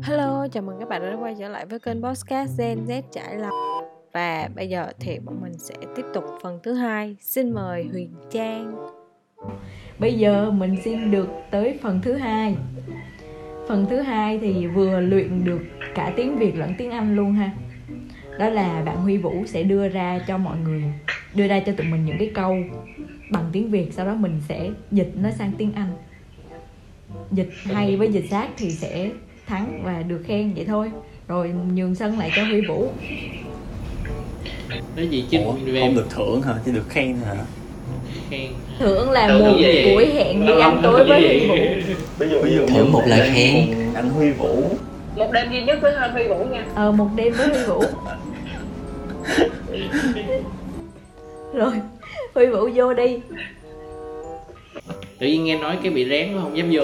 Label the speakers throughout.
Speaker 1: Hello, chào mừng các bạn đã quay trở lại với kênh podcast Gen Z trải lòng và bây giờ thì bọn mình sẽ tiếp tục phần thứ hai. Xin mời Huyền Trang.
Speaker 2: Bây giờ mình xin được tới phần thứ hai. Phần thứ hai thì vừa luyện được cả tiếng Việt lẫn tiếng Anh luôn ha. Đó là bạn Huy Vũ sẽ đưa ra cho mọi người đưa ra cho tụi mình những cái câu bằng tiếng Việt sau đó mình sẽ dịch nó sang tiếng Anh. Dịch hay với dịch sát thì sẽ thắng và được khen vậy thôi. Rồi nhường sân lại cho Huy Vũ.
Speaker 3: nói gì chứ
Speaker 4: Ủa,
Speaker 3: về
Speaker 4: không được thưởng hả? Chỉ được khen thôi hả?
Speaker 3: khen
Speaker 2: Thưởng là
Speaker 3: Thưởng
Speaker 2: một
Speaker 3: gì?
Speaker 2: buổi hẹn đi ăn tối với Huy Vũ.
Speaker 4: Ví dụ, ví dụ
Speaker 5: Thưởng một
Speaker 4: mình
Speaker 5: lời
Speaker 4: lên
Speaker 5: khen.
Speaker 4: cùng Anh Huy Vũ
Speaker 6: một đêm duy nhất với Huy Vũ nha
Speaker 2: Ờ một đêm với Huy Vũ Rồi Huy Vũ vô đi
Speaker 3: tự nhiên nghe nói cái bị rén quá không dám vô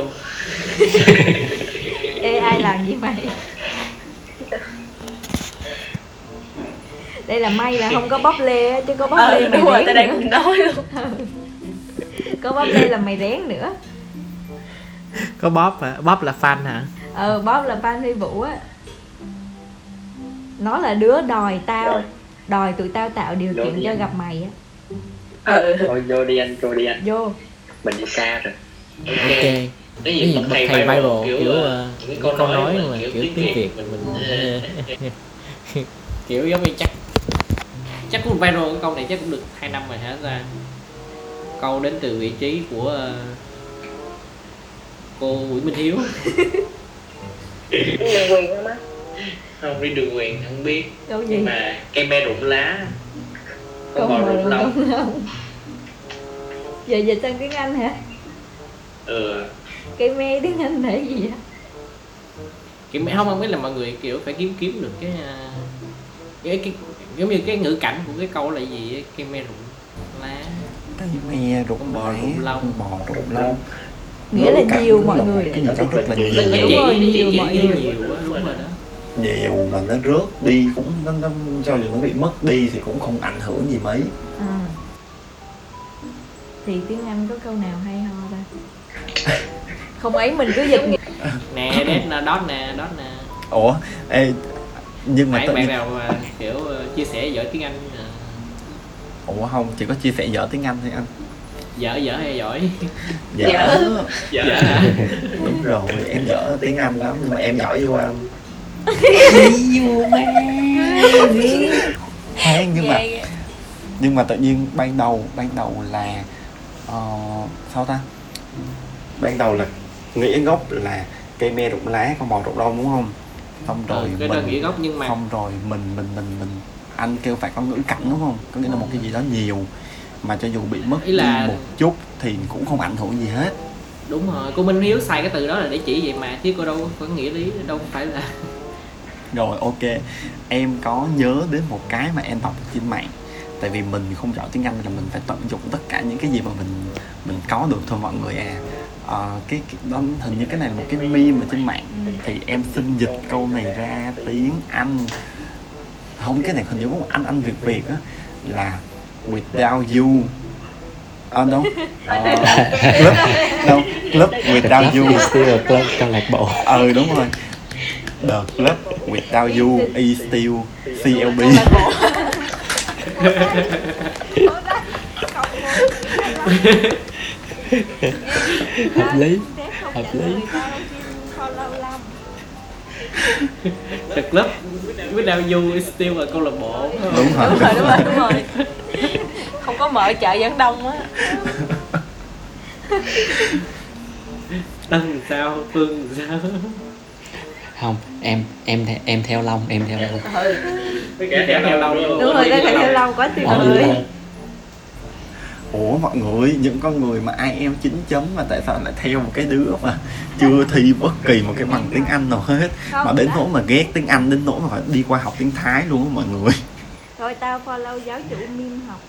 Speaker 2: Ê ai làm gì mày Đây là may là không có bóp lê á, Chứ có bóp
Speaker 6: Ờ,
Speaker 2: lê mày rén nữa
Speaker 6: nói luôn
Speaker 2: Có bóp lê là mày rén nữa
Speaker 7: có bóp hả bóp là fan hả
Speaker 2: Ờ bóp là fan Huy Vũ á Nó là đứa đòi tao Đòi tụi tao tạo điều
Speaker 3: Đòi
Speaker 2: kiện
Speaker 3: gì?
Speaker 2: cho gặp mày á
Speaker 6: ừ.
Speaker 3: thôi vô đi anh vô đi anh
Speaker 2: Vô
Speaker 3: mình đi xa rồi
Speaker 7: ok
Speaker 3: ok cái
Speaker 7: cái
Speaker 3: gì
Speaker 7: gì
Speaker 3: bậc
Speaker 7: bậc
Speaker 3: thầy
Speaker 7: thầy
Speaker 3: Bible
Speaker 7: Bible
Speaker 3: kiểu
Speaker 7: kiểu ờ,
Speaker 3: những
Speaker 7: những
Speaker 3: câu
Speaker 7: câu
Speaker 3: nói
Speaker 7: nói
Speaker 3: mà
Speaker 7: mà
Speaker 3: kiểu
Speaker 7: kiểu
Speaker 3: tiếng
Speaker 7: tiếng
Speaker 3: Việt
Speaker 7: Việt
Speaker 3: mình-
Speaker 7: mình
Speaker 3: kiểu giống như chắc chắc cũng viral cái câu này chắc cũng được hai năm rồi hả ra câu đến từ vị trí của ờ, cô Nguyễn Minh Hiếu
Speaker 6: đi đường quyền không á
Speaker 3: không đi đường quyền không biết
Speaker 2: Câu gì
Speaker 3: mà À, cây me rụng lá
Speaker 2: Câu mờ đúng không Giờ dịch sang tiếng Anh hả
Speaker 3: ừ
Speaker 2: Cây me tiếng Anh là cái gì vậy
Speaker 3: kiểu không không biết là mọi người kiểu phải kiếm kiếm được cái à, cái, cái giống như cái ngữ cảnh của cái câu là gì ấy, cái me rụng lá
Speaker 4: Cái me rụng
Speaker 3: Bò
Speaker 4: bò
Speaker 3: rụng lông.
Speaker 4: Bò rụng lông
Speaker 2: Nghĩa là
Speaker 4: Cảnh
Speaker 2: nhiều
Speaker 4: nó
Speaker 2: mọi
Speaker 4: là một
Speaker 2: người
Speaker 4: Cái gì đó rất là
Speaker 3: nó
Speaker 4: nhiều
Speaker 3: nó
Speaker 2: Đúng
Speaker 3: chỉ
Speaker 2: rồi,
Speaker 3: nó chỉ
Speaker 2: nhiều
Speaker 3: chỉ
Speaker 2: mọi
Speaker 3: cái
Speaker 2: người.
Speaker 3: nhiều quá đúng rồi đó
Speaker 4: Nhiều mà nó rớt đi cũng nó, nó Cho dù nó bị mất đi thì cũng không ảnh hưởng gì mấy
Speaker 2: à. Thì tiếng Anh có câu nào hay ho ta Không ấy mình cứ dịch
Speaker 3: nè đét nè đó nè đó nè
Speaker 4: Ủa Ê nhưng mà
Speaker 3: nãy
Speaker 4: tự
Speaker 3: bạn
Speaker 4: nhiên
Speaker 3: nào mà kiểu ờ, chia sẻ giỏi tiếng anh à,
Speaker 4: Ủa không chỉ có chia sẻ dở tiếng Anh thôi anh Dạ.
Speaker 3: dở dở hay giỏi Dạ.
Speaker 4: Dở
Speaker 2: Dạ.
Speaker 3: dở hả
Speaker 4: Đúng rồi em dở tiếng Anh lắm Nhưng mà em giỏi vô anh Hang nhưng mà nhưng mà tự nhiên ban đầu ban đầu là ờ, sao ta ban đầu là nghĩa gốc là cây me rụng lá con bò rụng lông đúng không xong rồi
Speaker 3: Ờ, cái đó nghĩa
Speaker 4: mình
Speaker 3: gốc nhưng mà
Speaker 4: xong rồi mình mình mình mình anh kêu phải có ngữ cảnh đúng không có nghĩa là một cái gì đó nhiều mà cho dù bị mất
Speaker 3: Ừ. Ý là-
Speaker 4: đi một chút thì cũng không ảnh hưởng gì hết
Speaker 3: đúng rồi cô minh hiếu xài cái từ đó là để chỉ vậy mà chứ cô đâu có nghĩa lý đâu phải là
Speaker 4: rồi ok em có nhớ đến một cái mà em đọc trên mạng tại vì mình không rõ tiếng anh nên là mình phải tận dụng tất cả những cái gì mà mình mình có được thôi mọi người à Ờ, cái, cái đó hình như cái này là một cái meme mà trên mạng thì em xin dịch câu này ra tiếng anh không cái này hình như có một anh anh việt việt á là without you à, đâu Ờ, club đâu club without you
Speaker 5: Club Club câu lạc bộ
Speaker 4: ừ đúng rồi The Club Without You is still CLB
Speaker 5: hợp lý hợp lý
Speaker 3: the club without you is still a câu lạc bộ
Speaker 4: đúng rồi
Speaker 2: Đúng rồi đúng rồi đúng rồi
Speaker 6: không có mở chợ dẫn đông á
Speaker 3: tân sao phương sao
Speaker 5: không em em the- em theo long em theo long
Speaker 3: kẻ theo lâu luôn
Speaker 2: Đúng rồi đây là theo lâu quá tuyệt
Speaker 5: Bỏ đi
Speaker 2: vời
Speaker 5: Long.
Speaker 4: Ủa mọi người những con người mà IELTS 9 chấm mà tại sao lại theo một cái đứa mà chưa thi bất kỳ một cái bằng tiếng Anh nào hết mà đến nỗi mà ghét tiếng Anh đến nỗi mà phải đi qua học tiếng Thái luôn á mọi người
Speaker 2: Rồi tao follow giáo chủ Mim học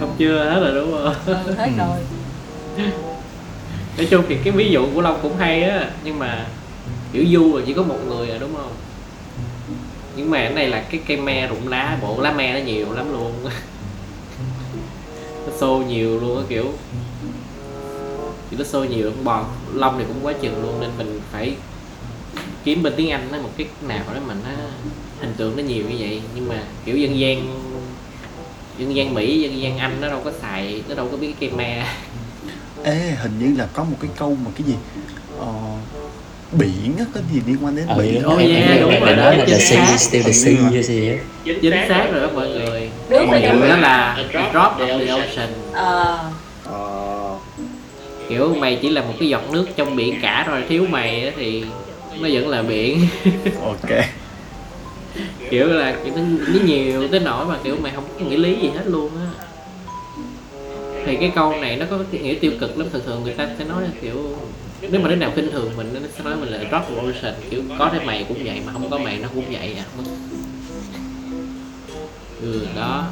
Speaker 3: không chưa hết rồi đúng không
Speaker 6: ừ, hết rồi
Speaker 3: nói chung thì cái ví dụ của long cũng hay á nhưng mà kiểu du là chỉ có một người à đúng không nhưng mà cái này là cái cây me rụng lá bộ lá me nó nhiều lắm luôn nó xô nhiều luôn á kiểu thì nó sôi nhiều cũng bọt lông này cũng quá chừng luôn nên mình phải kiếm bên tiếng Anh nó một cái nào đó mà nó hình tượng nó nhiều như vậy nhưng mà kiểu dân gian dân gian Mỹ dân gian Anh nó đâu có xài nó đâu có biết cái cây me
Speaker 4: Ê, hình như là có một cái câu mà cái gì ờ, biển á, có gì liên quan đến
Speaker 5: ừ,
Speaker 4: biển
Speaker 5: em,
Speaker 3: Oh
Speaker 5: em,
Speaker 3: yeah,
Speaker 5: em,
Speaker 3: đúng
Speaker 5: em
Speaker 3: rồi đó,
Speaker 5: nói là the
Speaker 3: chính
Speaker 5: sea
Speaker 3: xác.
Speaker 5: is still the sea
Speaker 4: Hình như là-
Speaker 5: hay gì á
Speaker 3: chính xác rồi đó mọi người
Speaker 6: Nước
Speaker 3: Mọi
Speaker 6: mà
Speaker 3: người
Speaker 6: trong
Speaker 3: đó là a drop of the ocean
Speaker 6: Ờ
Speaker 3: kiểu mày chỉ là một cái giọt nước trong biển cả rồi thiếu mày á thì nó vẫn là biển
Speaker 4: ok
Speaker 3: kiểu là kiểu nó, nó nhiều tới nỗi mà kiểu mày không có nghĩ lý gì hết luôn á thì cái câu này nó có cái nghĩa tiêu cực lắm thường thường người ta sẽ nói là kiểu nếu mà đứa nào khinh thường mình nó sẽ nói mình là drop of ocean kiểu có thế mày cũng vậy mà không có mày nó cũng vậy à ừ đó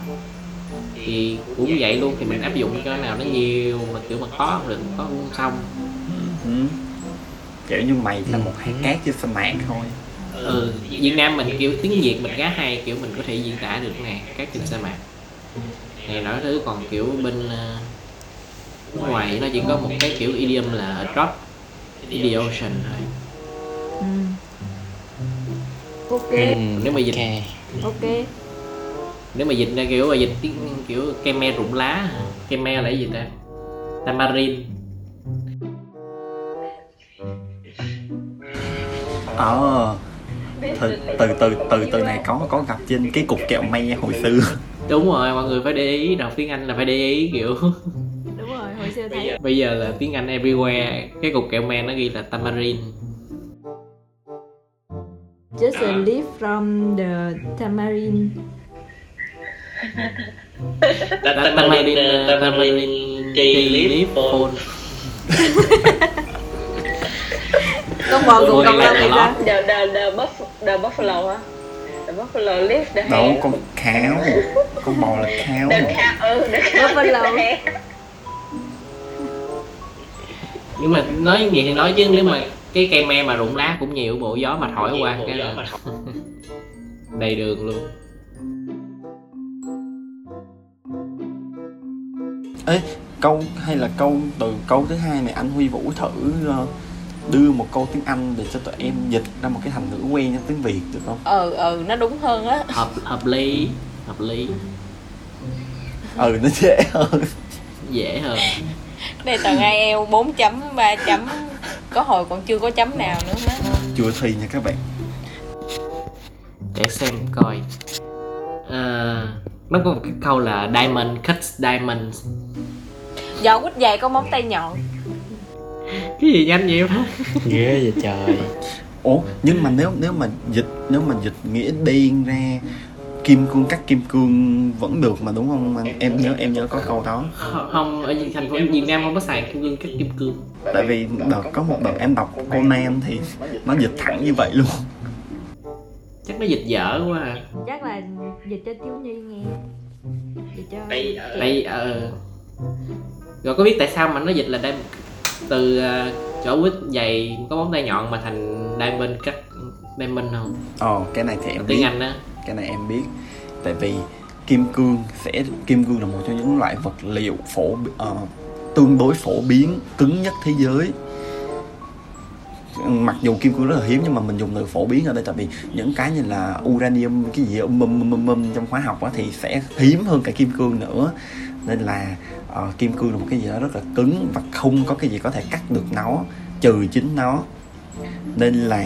Speaker 3: thì cũng vậy luôn thì mình áp dụng cho cái nào nó nhiều mà kiểu mà có không được có không xong
Speaker 4: Ừ. kiểu như mày là một hạt cát trên sa mạc thôi
Speaker 3: ừ, Việt Nam mình kiểu tiếng Việt mình khá hay kiểu mình có thể diễn tả được nè các trên sa mạc này nói thứ còn kiểu bên ờ, nước ngoài nó chỉ có một cái kiểu idiom là a drop in the ocean thôi
Speaker 2: ừ. ok
Speaker 5: Ừ,
Speaker 3: Nếu mà dịch-
Speaker 5: ok.
Speaker 2: ok
Speaker 3: nếu mà dịch ra kiểu mà dịch tiếng kiểu cây me rụng lá hả? cây me là cái gì ta tamarin
Speaker 4: ờ từ từ từ từ từ này có có gặp trên cái cục kẹo me hồi xưa
Speaker 3: đúng rồi mọi người phải để ý đọc tiếng Anh là phải để ý kiểu
Speaker 2: đúng rồi hồi xưa thấy
Speaker 3: bây giờ là tiếng Anh everywhere cái cục kẹo me nó ghi là tamarin
Speaker 2: just a leaf from the tamarind
Speaker 3: tamarin uh, tamarin tree leaf phone
Speaker 2: con bò cùng
Speaker 3: Ôi,
Speaker 2: con lông
Speaker 3: lại
Speaker 2: này
Speaker 3: lọt.
Speaker 2: ra
Speaker 6: The, the, the, buff, the buffalo hả? The buffalo leaf the
Speaker 4: đó
Speaker 6: hair
Speaker 4: con kháo con bò là kháo
Speaker 6: The cow, ừ, the cow leaf
Speaker 2: Buffalo.
Speaker 6: the hair
Speaker 3: nhưng mà nói gì thì nói chứ nếu mà cái cây me mà rụng lá cũng nhiều bộ gió mà thổi qua cái là đầy đường luôn
Speaker 4: câu hay là câu từ câu thứ hai này anh Huy Vũ thử ờ, đưa một câu tiếng Anh để cho tụi em dịch ra một cái thành ngữ quen cho tiếng Việt được không?
Speaker 6: Ừ, ừ, nó đúng hơn á
Speaker 3: hợp hợp lý hợp lý
Speaker 4: Ừ nó dễ hơn.
Speaker 3: dễ hơn
Speaker 6: Đây tầng IELTS 4 chấm, 3 chấm Có hồi còn chưa có chấm nào nữa hết
Speaker 4: Chưa thi nha các bạn.
Speaker 3: để xem coi à, nó có một cái câu là diamond cuts diamonds
Speaker 6: Giò quýt dày có móng tay nhọn
Speaker 3: cái gì nhanh vậy má?
Speaker 5: ghê vậy trời
Speaker 4: Ủa nhưng mà nếu nếu mà dịch nếu mà dịch nghĩa đen ra kim cương cắt kim cương vẫn được mà đúng không anh? Em nhớ em nhớ có câu đó.
Speaker 3: không ở thành phố Việt Nam không có xài kim cương cắt kim cương
Speaker 4: Tại vì đợt có một đợt em đọc Conan thì nó dịch thẳng như vậy luôn.
Speaker 3: chắc nó dịch dở quá à.
Speaker 2: chắc là dịch cho thiếu nhi nghe dịch cho
Speaker 3: tại ờ rồi có biết tại sao mà nó dịch là diamond từ ờ, chỗ quýt dày có móng tay nhọn mà thành diamond cắt diamond không
Speaker 4: Ồ Ờ, cái này thì
Speaker 3: Ở
Speaker 4: em biết.
Speaker 3: tiếng Anh á
Speaker 4: cái này em biết tại vì kim cương sẽ kim cương là một trong những loại vật liệu phổ bi- ờ, tương đối phổ biến cứng nhất thế giới mặc dù kim cương rất là hiếm nhưng mà mình dùng từ phổ biến ở đây tại vì những cái như là uranium cái gì um, um, um, um, um trong hóa học á thì sẽ hiếm hơn cả kim cương nữa nên là ờ, kim cương là một cái gì đó rất là cứng và không có cái gì có thể cắt được nó trừ chính nó nên là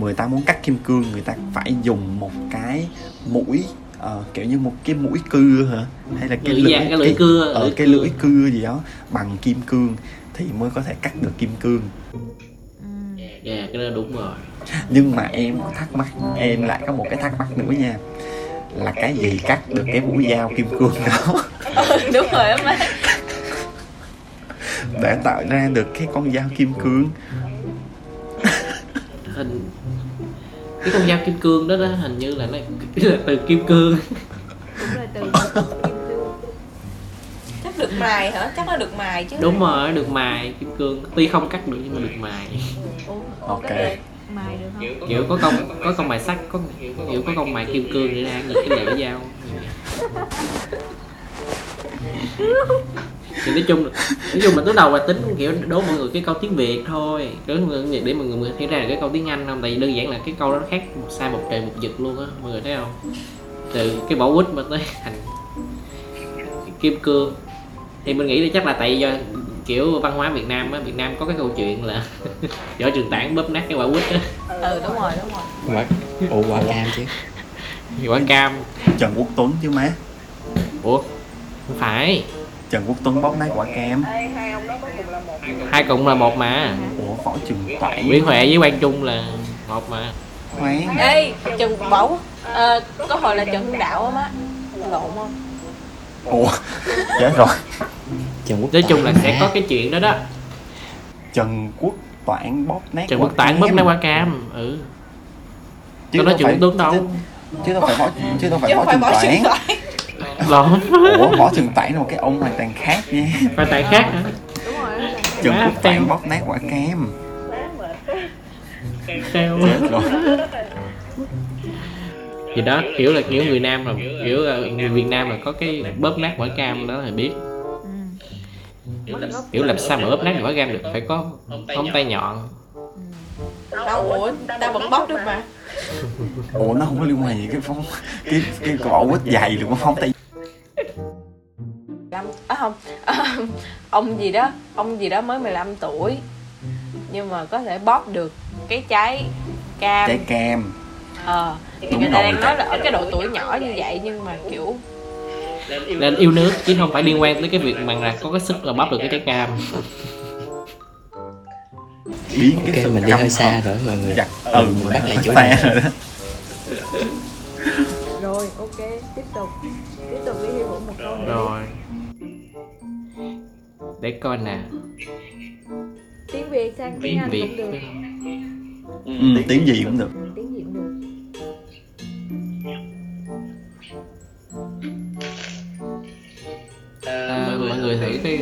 Speaker 4: người ta muốn cắt kim cương người ta phải dùng một cái mũi ờ, kiểu như một cái mũi cưa hả hay là cái
Speaker 3: lưỡi dao cái lưỡi
Speaker 4: cái-
Speaker 3: cưa
Speaker 4: ờ, cái lưỡi cưa gì đó bằng kim cương thì mới có thể cắt được kim cương
Speaker 3: dạ cái đó đúng rồi
Speaker 4: nhưng mà em có thắc mắc em lại có một cái thắc mắc nữa nha là cái gì cắt được cái mũi dao kim cương đó
Speaker 6: Ừ, đúng rồi á má
Speaker 4: để tạo ra được cái con dao kim cương
Speaker 3: hình cái con dao kim cương đó đó hình như là nó là từ kim cương
Speaker 2: cũng là
Speaker 3: Ừ.
Speaker 2: từ kim cương
Speaker 6: Chắc được mài hả? Chắc nó được mài chứ
Speaker 3: đúng rồi được mài kim cương tuy không cắt được nhưng mà được mài
Speaker 2: Ủa,
Speaker 4: ok
Speaker 2: mài được không
Speaker 3: kiểu có công có công mài sắt có kiểu có công mài kim cương để ra những cái lưỡi dao thì nói chung là- nói chung là lúc đầu là tính kiểu đố mọi người cái câu tiếng việt thôi đố mọi người để mọi người thấy ra là cái câu tiếng anh không tại vì đơn giản là cái câu đó nó khác một sai một trời một vực luôn á mọi người thấy không từ cái bỏ quýt mà tới thành kim cương thì mình nghĩ là chắc là tại do kiểu văn hóa việt nam á việt nam có cái câu chuyện là võ trường tảng bóp nát cái quả quýt á
Speaker 6: ừ đúng rồi đúng rồi
Speaker 5: quả ủa quả cam chứ
Speaker 3: quả cam
Speaker 4: Trần Quốc Tuấn chứ má
Speaker 3: ủa không phải
Speaker 4: Trần Quốc Tuấn bóc nát quả cam
Speaker 3: hai cộng là một mà
Speaker 4: Ủa Võ Trường Toản
Speaker 3: nguyễn huệ với quang trung là một mà
Speaker 4: Khoan
Speaker 6: ê trần bảo ờ, có hồi là trần Hưng đạo á má lộn không
Speaker 4: Ủa Chết rồi
Speaker 5: Trần Quốc
Speaker 3: nói chung là
Speaker 5: Toản
Speaker 3: sẽ
Speaker 5: mà.
Speaker 3: có cái chuyện đó đó
Speaker 4: Trần Quốc Toản bóp nát
Speaker 3: trần
Speaker 4: quả
Speaker 3: quốc toản bóp
Speaker 4: cam.
Speaker 3: nát quả cam ừ
Speaker 4: Chứ
Speaker 3: tôi nói
Speaker 4: đâu
Speaker 3: chuyện
Speaker 4: phải-
Speaker 3: đúng đâu.
Speaker 4: chứ- Chứ đâu phải Võ Chứ đâu phải
Speaker 6: chứ
Speaker 4: Võ
Speaker 6: không phải
Speaker 4: Trường
Speaker 6: bỏ chuyện
Speaker 4: Toản
Speaker 6: lại
Speaker 3: lộn
Speaker 4: Ủa Võ Trường Toản là một cái ông hoàn toàn khác nha
Speaker 3: và tại khác hả
Speaker 4: Trần
Speaker 3: Má
Speaker 4: Quốc Toản
Speaker 3: teo.
Speaker 4: bóp nát quả cam
Speaker 3: sao
Speaker 4: Chết rồi
Speaker 3: gì đó kiểu là kiểu người nam là kiểu là người việt nam là có cái bóp nát quả cam đó thì biết kiểu làm sao mà bóp nát quả cam được phải có ống tay nhọn
Speaker 6: đâu ủa tao vẫn bóc được mà
Speaker 4: Ủa nó không có liên quan gì cái phong Cái cái vỏ quýt dày được mà phong tay
Speaker 6: lăm à không ông gì đó ông gì đó mới 15 tuổi nhưng mà có thể bóp được cái trái cam
Speaker 4: Trái cam
Speaker 6: ờ thì
Speaker 4: Đúng
Speaker 6: người ta
Speaker 4: rồi.
Speaker 6: đang nói là ở cái độ tuổi nhỏ như vậy nhưng mà kiểu
Speaker 3: nên yêu nước chứ không phải liên quan tới cái việc mà là có cái sức là bóp được cái trái cam
Speaker 4: Biến cái
Speaker 5: ok
Speaker 4: sự
Speaker 5: mình đi
Speaker 4: căm
Speaker 5: hơi xa
Speaker 4: hận.
Speaker 5: rồi mọi người
Speaker 4: Dạ Ừ
Speaker 5: mình
Speaker 4: mình
Speaker 5: bắt lại
Speaker 4: hơi
Speaker 5: chỗ
Speaker 4: xa
Speaker 5: này
Speaker 4: rồi đó
Speaker 2: rồi ok tiếp tục tiếp tục đi Huy Vũ một câu nữa
Speaker 3: rồi để coi nè
Speaker 2: tiếng việt sang tiếng,
Speaker 3: tiếng
Speaker 2: anh
Speaker 3: việt
Speaker 2: cũng được
Speaker 4: ừ, Tiếng gì cũng được
Speaker 2: Ừ, tiếng gì cũng được
Speaker 3: à, mọi người thử cái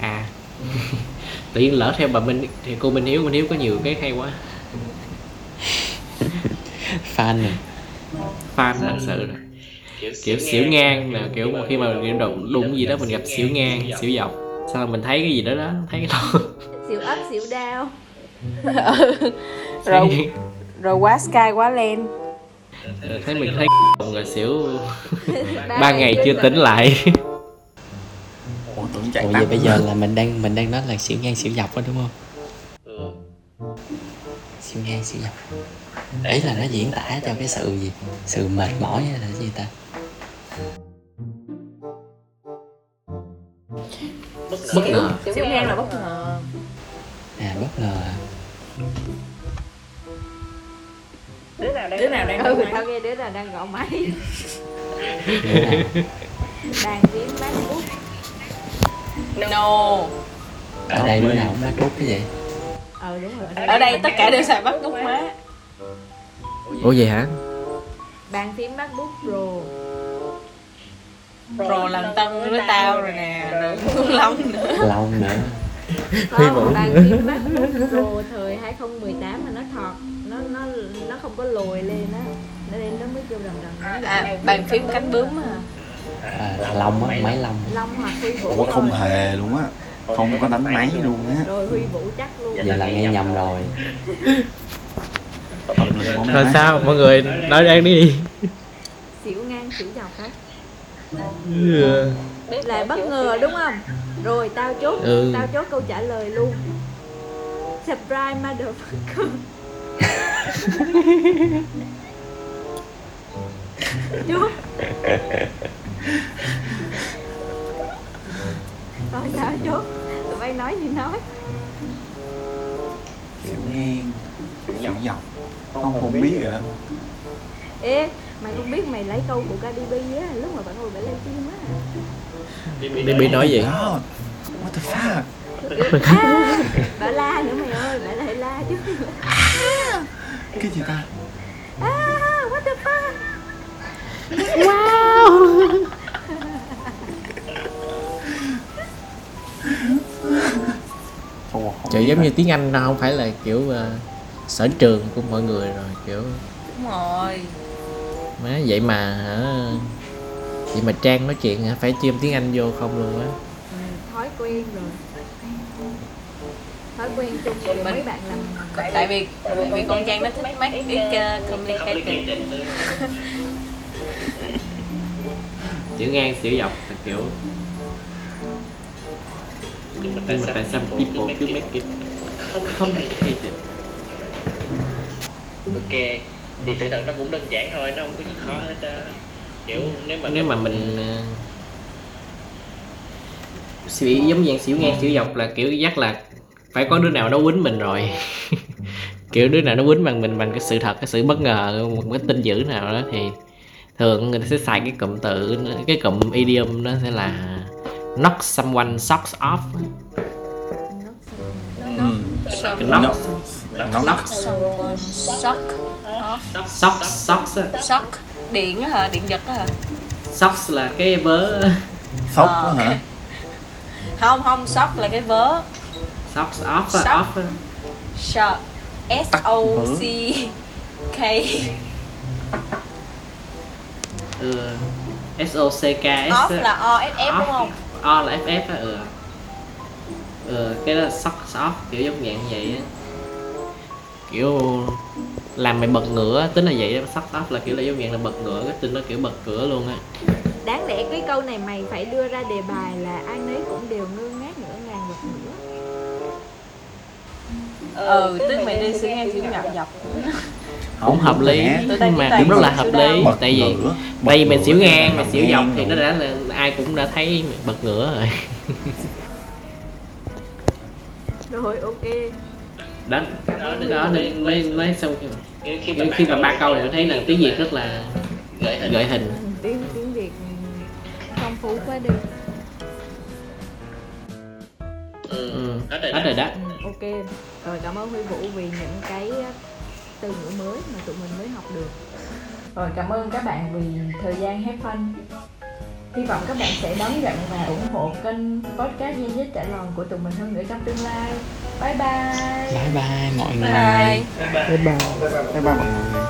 Speaker 3: à tự nhiên lỡ theo bà minh thì cô minh hiếu minh hiếu có nhiều cái hay quá
Speaker 5: fan này
Speaker 3: fan thật sự rồi kiểu xỉu ngang là kiểu mà khi mà kiểu đụng đụng gì đó mình gặp xỉu ngang xỉu dọc sao mình thấy cái gì đó đó thấy cái đó
Speaker 2: xỉu up xỉu down
Speaker 6: rồi rồi quá sky quá len
Speaker 3: thấy mình thấy rồi xỉu
Speaker 2: ba,
Speaker 3: ba ngày chưa tỉnh lại
Speaker 4: Ủa tưởng chạy
Speaker 5: ủa
Speaker 3: Dạ.
Speaker 4: tắt
Speaker 5: vậy bây giờ là mình đang mình đang nói là xỉu ngang xỉu dọc đó đúng không xỉu ngang xỉu dọc ấy là nó diễn tả cho cái sự gì sự mệt mỏi hay là gì ta
Speaker 3: bất ngờ
Speaker 6: xỉu ngang là bất ngờ
Speaker 5: à bất ngờ à.
Speaker 6: đứa nào đang
Speaker 2: ừ
Speaker 6: nói
Speaker 2: tao nghe đứa là đang gọi máy
Speaker 5: Đứa nào?
Speaker 2: bàn tiếng macbook
Speaker 6: no
Speaker 5: ở đây đứa nào cũng bắt bút cái vậy
Speaker 2: ờ đúng rồi ở đây
Speaker 6: ở đây tất cả đều xài bắt cúc má
Speaker 7: ủa vậy hả
Speaker 2: bàn phím macbook pro
Speaker 6: rồi làm tân với tao rồi nè rồi Phương long nữa
Speaker 5: long nữa
Speaker 7: Huy Vũ.
Speaker 2: bàn phím macbook pro thời 2018 mà nó thọt nó nó nó không có lồi lên á nó lên nó mới kêu rầm rầm nó
Speaker 6: à, bàn phím cánh bướm à
Speaker 5: à, là long á máy long
Speaker 2: long hoặc huy vũ
Speaker 4: Ủa không
Speaker 2: rồi.
Speaker 4: hề luôn á Không có đánh máy luôn á
Speaker 2: rồi huy vũ chắc
Speaker 4: Dạ,
Speaker 2: luôn
Speaker 5: vậy là nghe nhầm rồi
Speaker 4: Tập lực bóng
Speaker 7: rồi
Speaker 4: đá.
Speaker 7: sao mọi người nói đang đi
Speaker 2: xỉu ngang xỉu dọc hả là bất ngờ đúng không rồi tao chốt
Speaker 7: Ừ.
Speaker 2: tao chốt câu trả lời luôn surprise motherfucker chốt rồi tao chốt tụi bay nói gì nói
Speaker 4: Kiểu ngang Kiểu dọc Không không biết rồi đó
Speaker 2: ê mày không biết mày lấy câu của Cardi B á lúc mà bạn ngồi bạn live stream á
Speaker 7: đi bị nói gì
Speaker 4: God, What the fuck
Speaker 2: à, bà la nữa mày ơi bà lại la chứ
Speaker 4: Cái gì ta
Speaker 2: à, what the fuck
Speaker 4: Ủa, không
Speaker 7: kiểu
Speaker 4: biết
Speaker 7: giống
Speaker 4: rồi.
Speaker 7: như tiếng anh nó không phải là kiểu ờ, sở trường của mọi người rồi kiểu
Speaker 6: đúng rồi
Speaker 7: ừ. má vậy mà hả vậy mà trang nói chuyện hả phải chêm tiếng anh vô không luôn á
Speaker 2: thói quen rồi thói quen chung của
Speaker 6: Mình-
Speaker 2: mấy bạn làm
Speaker 6: tại vì tại vì con trang nó thích mấy cái uh, complicated
Speaker 3: chữ ngang chữ dọc là kiểu nhưng mà tại sao people cứ make it complicated
Speaker 8: ok thì sự thật nó cũng đơn giản thôi nó không có gì khó hết á kiểu nếu mà
Speaker 3: nếu mà mình ờ, xỉu giống dạng xỉu ngang xỉu dọc là kiểu dắt là phải có đứa nào nó quýnh mình rồi kiểu đứa nào nó quýnh bằng mình bằng cái sự thật cái sự bất ngờ một cái tin dữ nào đó thì thường người ta sẽ xài cái cụm từ cái cụm idiom nó sẽ là knock someone socks off
Speaker 4: Ừ.
Speaker 3: cái knock
Speaker 4: Knock. Nó
Speaker 3: knock
Speaker 6: shock off
Speaker 3: socks socks á.
Speaker 6: shock điện á hả điện giật á hả
Speaker 3: socks là cái vớ
Speaker 4: sốc
Speaker 6: Ờ,
Speaker 4: quá hả?
Speaker 6: không không shock là cái vớ
Speaker 3: socks off
Speaker 6: Sock.
Speaker 3: á, off á.
Speaker 6: shock s o c k
Speaker 3: ừ. S O C K S
Speaker 6: off là o s f đúng không
Speaker 3: O là F F á ừ. ừ cái đó là sock sock kiểu giống dạng vậy á kiểu làm mày bật ngửa tính là vậy đó sock sock là kiểu là giống dạng là bật ngửa cái tin nó kiểu bật cửa luôn á
Speaker 2: đáng lẽ cái câu này mày phải đưa ra đề bài là ai nấy cũng đều ngơ ngác ngỡ ngàng vật nữa
Speaker 6: ừ tức mày đi xỉu ngang xỉu ngập dọc
Speaker 3: cũng hợp
Speaker 4: đúng rồi
Speaker 3: lý
Speaker 4: nè.
Speaker 6: Tụi tao chỉ
Speaker 3: mà
Speaker 6: toàn
Speaker 3: cũng rất là
Speaker 6: chịu
Speaker 3: hợp
Speaker 6: đau.
Speaker 3: lý
Speaker 4: Bật
Speaker 3: tại vì
Speaker 4: ngửa, bật
Speaker 3: đây mày
Speaker 4: ngửa,
Speaker 3: xỉu ngang mày
Speaker 4: nằm
Speaker 3: xỉu dọc
Speaker 4: ngang
Speaker 3: thì nó
Speaker 4: rồi.
Speaker 3: đã là ai cũng đã thấy mày bật ngửa rồi
Speaker 2: rồi ok
Speaker 3: đó đó đó nên mới mới xong khi, khi mà ba câu thì tôi thấy là tiếng việt rất là
Speaker 8: gửi hình
Speaker 3: gợi hình
Speaker 2: tiếng tiếng việt phong phú quá đi
Speaker 8: ừ.
Speaker 3: ừ.
Speaker 8: hết rồi
Speaker 3: hết
Speaker 8: đó.
Speaker 3: rồi đó
Speaker 2: ừ, ok rồi cảm ơn huy vũ vì những cái từ ngữ mới mà tụi mình mới học được rồi cảm ơn các bạn vì thời gian hết fun Hy vọng các bạn sẽ đón nhận và ủng hộ kênh podcast Nhân Dít Trải Lòng của tụi mình hơn nữa trong tương lai. Bye bye!
Speaker 5: bye bye mọi người
Speaker 6: bye
Speaker 7: bye bye
Speaker 4: Bye bye mọi người.